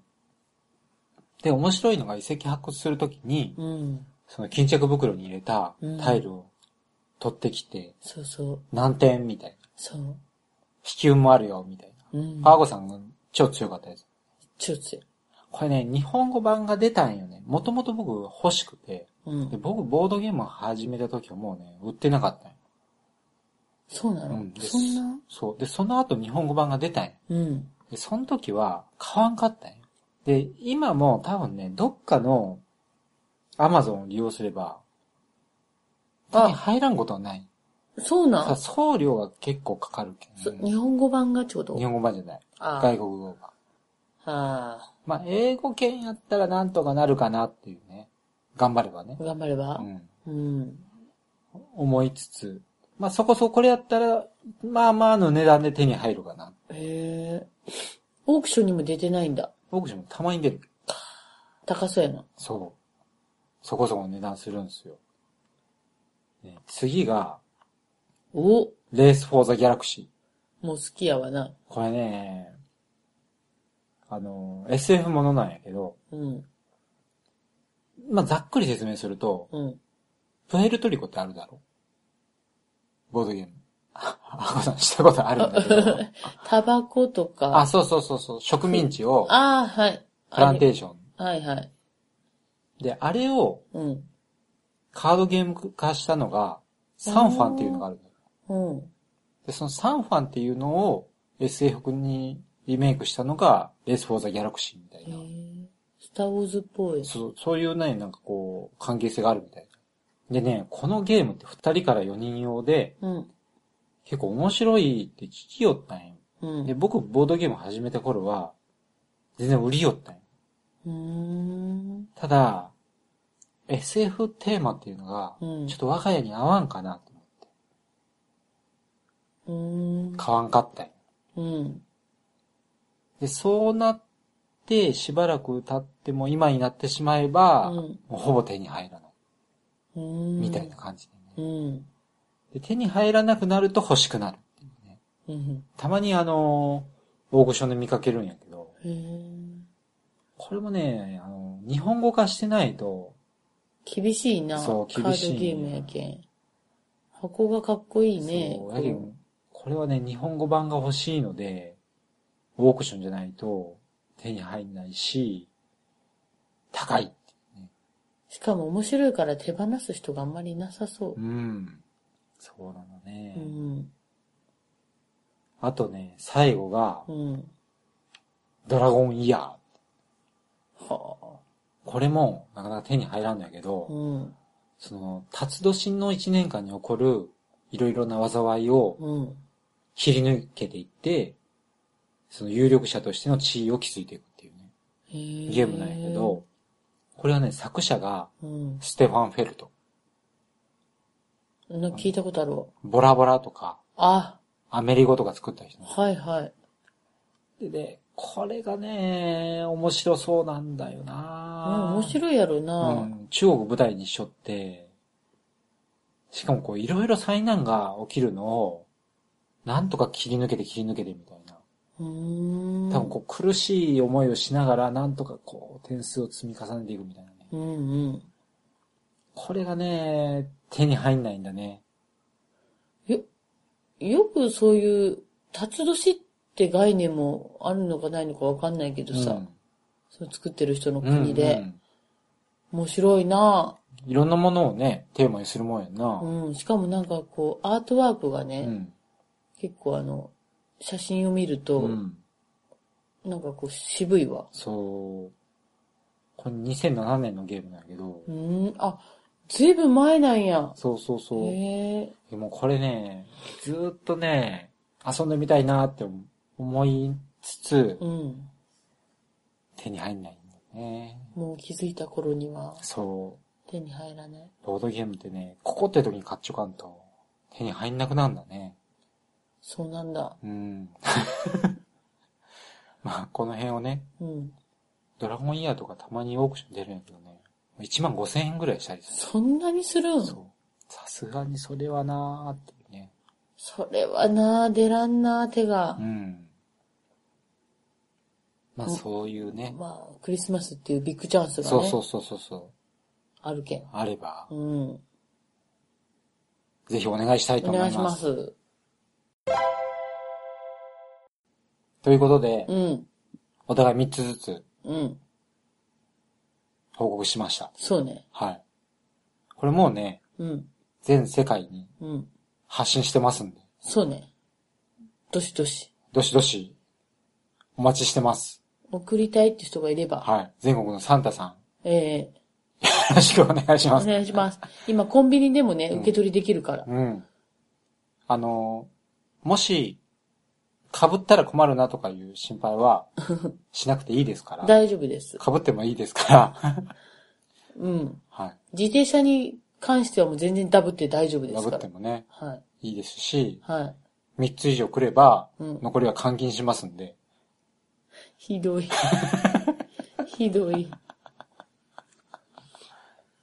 [SPEAKER 2] で、面白いのが遺跡発掘するときに、
[SPEAKER 1] うん。
[SPEAKER 2] その巾着袋に入れた
[SPEAKER 1] うん
[SPEAKER 2] タイルを取ってきて、
[SPEAKER 1] そうそう。
[SPEAKER 2] 何点みたいな。
[SPEAKER 1] そう。
[SPEAKER 2] 引き運もあるよ、みたいな。
[SPEAKER 1] うん。
[SPEAKER 2] パーゴさんが超強かったです。
[SPEAKER 1] ちょっと強い。
[SPEAKER 2] これね、日本語版が出たんよね。もともと僕欲しくて、
[SPEAKER 1] う
[SPEAKER 2] で
[SPEAKER 1] ん。
[SPEAKER 2] 僕ボードゲームを始めた時はもうね、売ってなかったんよ。
[SPEAKER 1] そうな
[SPEAKER 2] う
[SPEAKER 1] の
[SPEAKER 2] ん、で
[SPEAKER 1] そんな
[SPEAKER 2] そう。で、その後日本語版が出たんよ。
[SPEAKER 1] うん。
[SPEAKER 2] で、その時は買わんかったんよ。で、今も多分ね、どっかのアマゾンを利用すれば、手に入らんことはない。
[SPEAKER 1] そうな
[SPEAKER 2] さ
[SPEAKER 1] の
[SPEAKER 2] 送料が結構かかるけ
[SPEAKER 1] そ
[SPEAKER 2] ど、
[SPEAKER 1] 日本語版がちょうど
[SPEAKER 2] 日。本語版じゃない。
[SPEAKER 1] あ
[SPEAKER 2] 外国語が。
[SPEAKER 1] あ。あ
[SPEAKER 2] まあ、英語圏やったらなんとかなるかなっていうね。頑張ればね
[SPEAKER 1] あ。。頑張れば
[SPEAKER 2] う。ん。
[SPEAKER 1] うん。
[SPEAKER 2] 思いつつ、まあ、そこそここれやったら、まあまあの値段で手に入るかな。
[SPEAKER 1] へえ。オークションにも出てないんだ。
[SPEAKER 2] 僕自身もたまに出る。
[SPEAKER 1] 高そうやな。
[SPEAKER 2] そう。そこそこの値段するんですよ。ね次が、
[SPEAKER 1] お
[SPEAKER 2] レースフォーザギャラクシー。
[SPEAKER 1] もう好きやわな。
[SPEAKER 2] これね、あの、SF ものなんやけど、
[SPEAKER 1] うん。
[SPEAKER 2] まあ、ざっくり説明すると、
[SPEAKER 1] うん。
[SPEAKER 2] プエルトリコってあるだろボードゲーム。あ、あこさんしたことあるんだけど。
[SPEAKER 1] タバコとか。
[SPEAKER 2] あ、そうそうそうそう、植民地を、
[SPEAKER 1] ああ、はい。
[SPEAKER 2] プランテ
[SPEAKER 1] ー
[SPEAKER 2] ーション。
[SPEAKER 1] はいはい。
[SPEAKER 2] で、あれを、
[SPEAKER 1] うん。
[SPEAKER 2] カードゲーム化したのが、サンファンっていうのがあるのよ
[SPEAKER 1] うん。
[SPEAKER 2] で、そのサンファンっていうのを SF にリメイクしたのが、レース・フォー・ザ・ギャラクシーみたい
[SPEAKER 1] へ
[SPEAKER 2] な。
[SPEAKER 1] え。スターウォーズっぽい。
[SPEAKER 2] そう、そういうね、なんかこう、関係性があるみたいな。でね、このゲームって2人から4人用で、
[SPEAKER 1] うん。
[SPEAKER 2] 結構面白いって聞きよったんよ。
[SPEAKER 1] うん。
[SPEAKER 2] で、
[SPEAKER 1] う
[SPEAKER 2] 僕、ボードゲーム始めた頃は、全然売りよったんよ。
[SPEAKER 1] ーん。
[SPEAKER 2] ただ、SF テーマっていうのが、
[SPEAKER 1] うん
[SPEAKER 2] ちょっと我が家に合わんかなと思って、
[SPEAKER 1] うーん。
[SPEAKER 2] 買わんかったんよ。
[SPEAKER 1] うん。
[SPEAKER 2] で、そうなって、しばらく経っても今になってしまえば、
[SPEAKER 1] うん
[SPEAKER 2] もうほぼ手に入らない。
[SPEAKER 1] うん。
[SPEAKER 2] みたいな。感じでね、
[SPEAKER 1] うん。
[SPEAKER 2] で。手に入らなくなると欲しくなるっていうね。
[SPEAKER 1] うん。
[SPEAKER 2] たまにあのー、大御所で見かけるんやけど、
[SPEAKER 1] へえ。
[SPEAKER 2] これもね、あのー日本語化してないと、
[SPEAKER 1] 厳しいな。
[SPEAKER 2] そう厳し
[SPEAKER 1] カー
[SPEAKER 2] い
[SPEAKER 1] ドゲームやけん。箱がかっこいいね。
[SPEAKER 2] そうやけんこれはね、日本語版が欲しいので、オークションじゃないと手に入んないし、高いっていうね。
[SPEAKER 1] しかも面白いから手放す人があんまりいなさそう
[SPEAKER 2] う。ん。そうなのね。
[SPEAKER 1] うん。
[SPEAKER 2] あとね、最後が、
[SPEAKER 1] うん。
[SPEAKER 2] ドラゴンイヤー。
[SPEAKER 1] は
[SPEAKER 2] これも、なかなか手に入らんのやけ
[SPEAKER 1] あ。
[SPEAKER 2] ど、
[SPEAKER 1] うん。
[SPEAKER 2] その、辰年の一年間に起こる、いろいろな災いを
[SPEAKER 1] うん。
[SPEAKER 2] 切り抜けていって、その有力者としての地位を築いていくっていうね、
[SPEAKER 1] へえ
[SPEAKER 2] ゲームなんやけ。ど、これはね、作者が、
[SPEAKER 1] うん。
[SPEAKER 2] ステファン・フェルト。
[SPEAKER 1] なんか聞いたことあるわ。
[SPEAKER 2] ボラボラとか、
[SPEAKER 1] あ、
[SPEAKER 2] アメリゴとか作った人。
[SPEAKER 1] はいはい。
[SPEAKER 2] でね、これがね、面白そうなんだよ
[SPEAKER 1] うん、
[SPEAKER 2] な
[SPEAKER 1] 面白いやろ
[SPEAKER 2] う
[SPEAKER 1] な。
[SPEAKER 2] ん、中国舞台にしょって、しかもこういろいろ災難が起きるのを、なんとか切り抜けて切り抜けてみたいな。
[SPEAKER 1] うーん。
[SPEAKER 2] 多分こう苦しい思いをしながら、なんとかこう点数を積み重ねていくみたいなね。
[SPEAKER 1] う。うんうん。
[SPEAKER 2] これがね、手に入んないんだね。
[SPEAKER 1] よ、よくそういう、辰年って概念もあるのかないのかわかんないけどさ、
[SPEAKER 2] うん
[SPEAKER 1] その作ってる人の国で、
[SPEAKER 2] うんうん
[SPEAKER 1] 面白いな
[SPEAKER 2] いろんなものをね、テーマにするもんやんな。
[SPEAKER 1] うん。しかもなんかこう、アートワークが
[SPEAKER 2] う
[SPEAKER 1] ね、
[SPEAKER 2] ん。
[SPEAKER 1] 結構あの、写真を見ると、
[SPEAKER 2] うん。
[SPEAKER 1] なんかこう、渋いわ。
[SPEAKER 2] そう。これ2007年のゲームなんやけど、
[SPEAKER 1] うん。あ、ずいぶん前なんや。
[SPEAKER 2] そうそう
[SPEAKER 1] へ
[SPEAKER 2] そう。
[SPEAKER 1] え。
[SPEAKER 2] でもこれね、ずーっとね、遊んでみたいなって思いつつ、
[SPEAKER 1] うん。
[SPEAKER 2] 手に入んないんだよね。
[SPEAKER 1] もう気づいた頃には
[SPEAKER 2] そ
[SPEAKER 1] 手に入らない。
[SPEAKER 2] う。ボードゲームってね、ここって時に買っちょかんと、手に入んなくなんだね。
[SPEAKER 1] そうなんだ。
[SPEAKER 2] うん。 まあ、この辺をね、
[SPEAKER 1] うん。
[SPEAKER 2] ドラゴンイヤーとかたまにオークション出るんやけどね、1万5千円ぐらいしたりす
[SPEAKER 1] そんなにするん
[SPEAKER 2] る。そう。さすがにそれはなーっていうね。
[SPEAKER 1] それはなあ、出らんなあ、手が
[SPEAKER 2] う。ん。まあ、
[SPEAKER 1] うん
[SPEAKER 2] そういうね。
[SPEAKER 1] まあ、クリスマスっていうビッグチャンスがね、
[SPEAKER 2] そうそうそうそうそう。
[SPEAKER 1] あるけん。
[SPEAKER 2] あれば、
[SPEAKER 1] うん。お
[SPEAKER 2] ぜひお願いしたいと思いま
[SPEAKER 1] 願い
[SPEAKER 2] す。
[SPEAKER 1] します。
[SPEAKER 2] ということで、
[SPEAKER 1] うん。
[SPEAKER 2] お互い3つずつ
[SPEAKER 1] うん。
[SPEAKER 2] 報告しました。
[SPEAKER 1] そうね。
[SPEAKER 2] はい。これもうね、
[SPEAKER 1] うん。
[SPEAKER 2] 全世界に
[SPEAKER 1] うん。
[SPEAKER 2] 発信してますんで、
[SPEAKER 1] そうね。どしどし。
[SPEAKER 2] どしどし、お待ちしてます。
[SPEAKER 1] 送りたいって人がいれば、
[SPEAKER 2] はい。全国のサンタさん、よ
[SPEAKER 1] え
[SPEAKER 2] ろしくお願いし
[SPEAKER 1] え
[SPEAKER 2] ま
[SPEAKER 1] お
[SPEAKER 2] す。
[SPEAKER 1] 願いします。今、コンビニでもね、受け取りできるから。
[SPEAKER 2] うん。あのー、もし、被ったら困るなとかいう心 配は、しなくていいですから。
[SPEAKER 1] 大丈夫です。
[SPEAKER 2] 被ってもいいです から。
[SPEAKER 1] うん。
[SPEAKER 2] は
[SPEAKER 1] 自転車に関してはもう全然ダブって大丈夫
[SPEAKER 2] い。
[SPEAKER 1] です
[SPEAKER 2] 被
[SPEAKER 1] か
[SPEAKER 2] って
[SPEAKER 1] ら。
[SPEAKER 2] もね、
[SPEAKER 1] はい。
[SPEAKER 2] いいですし、
[SPEAKER 1] はい。
[SPEAKER 2] 3つ以上来れば、
[SPEAKER 1] うん
[SPEAKER 2] 残りは換金しますんで。
[SPEAKER 1] ひどい。 ひどい。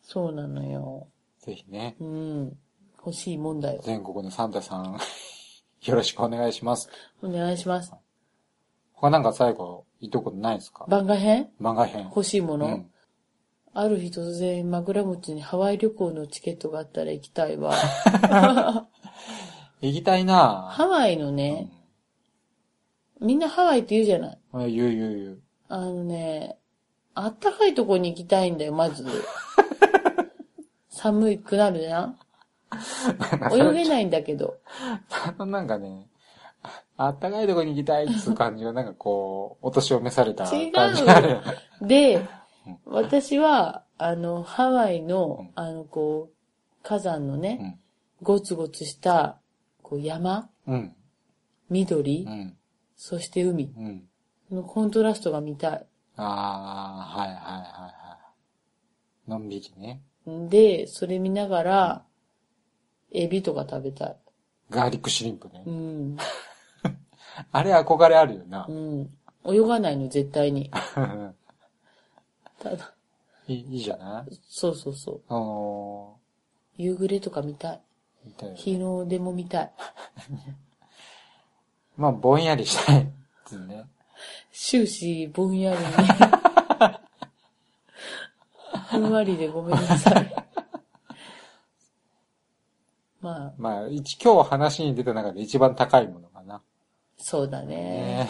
[SPEAKER 1] そうなのよ。
[SPEAKER 2] ぜひね、
[SPEAKER 1] うん。欲しいもんだよ。
[SPEAKER 2] 全国のサンタさん、 よろしくお願いします。
[SPEAKER 1] お願いします。
[SPEAKER 2] 他なんか最後、言っとくことないですか
[SPEAKER 1] 番外編
[SPEAKER 2] 漫画編。
[SPEAKER 1] 欲しいも
[SPEAKER 2] う
[SPEAKER 1] の、
[SPEAKER 2] ん。
[SPEAKER 1] ある日突然枕餅にハワイ旅行のチケットがあったら行きたいわ。
[SPEAKER 2] 行きたいな
[SPEAKER 1] ハワイの
[SPEAKER 2] ぁ。
[SPEAKER 1] ね、みんなハワイって言うじゃない
[SPEAKER 2] うん。あ言う言う言う。
[SPEAKER 1] あのね、あったかいとこに行きたいんだよ、まず。寒くなるじゃん泳げないんだけど。
[SPEAKER 2] あの なんかね、あったかいとこに行きたいっていう感じが、なんかこう、お年を召された
[SPEAKER 1] 違う
[SPEAKER 2] 感じがあるよ ね。
[SPEAKER 1] で、私は、あの、ハワイの、あの、こう、火山のね、ゴツゴツした、こう、山、
[SPEAKER 2] うん。
[SPEAKER 1] 緑、
[SPEAKER 2] うん。
[SPEAKER 1] そして海
[SPEAKER 2] うん。
[SPEAKER 1] のコントラストが見たい。
[SPEAKER 2] ああ、はいはいはいはい。のんびりね。
[SPEAKER 1] んで、それ見ながら、エビとか食べたい。
[SPEAKER 2] ガーリックシュリンプね
[SPEAKER 1] う。ん。
[SPEAKER 2] あれ憧れあるよな
[SPEAKER 1] う。ん。泳がないの、絶対に。ただ、
[SPEAKER 2] いいいじゃない
[SPEAKER 1] そうそうそう。
[SPEAKER 2] あの
[SPEAKER 1] 夕暮れとか見たい。
[SPEAKER 2] ー、みたいな
[SPEAKER 1] 日の出も見たい。
[SPEAKER 2] まあ、ぼんやりしたいですね。
[SPEAKER 1] 終始、ぼんやりね。ふんわりでごめんなさい。まあ、
[SPEAKER 2] まあ、一、今日話に出た中で一番高いものかな。
[SPEAKER 1] そうだね。
[SPEAKER 2] ね、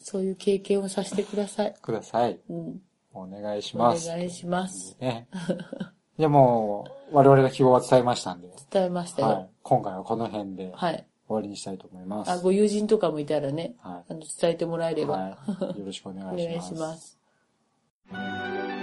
[SPEAKER 1] そういう経験をさせてください。
[SPEAKER 2] ください。
[SPEAKER 1] うん。
[SPEAKER 2] お願いし
[SPEAKER 1] お
[SPEAKER 2] ます。
[SPEAKER 1] 願いします。
[SPEAKER 2] ね。じゃあもう、我々の希望は伝えましたんで、
[SPEAKER 1] 伝えました
[SPEAKER 2] は
[SPEAKER 1] よ。
[SPEAKER 2] い、今回はこの辺で終
[SPEAKER 1] はい。
[SPEAKER 2] わりにしたいと思います。
[SPEAKER 1] あ、ご友人とかもいたらね、
[SPEAKER 2] は
[SPEAKER 1] あの伝えてもらえ
[SPEAKER 2] い。
[SPEAKER 1] れば、
[SPEAKER 2] はい。よろしくお願
[SPEAKER 1] お
[SPEAKER 2] いし
[SPEAKER 1] 願い
[SPEAKER 2] ます。
[SPEAKER 1] します。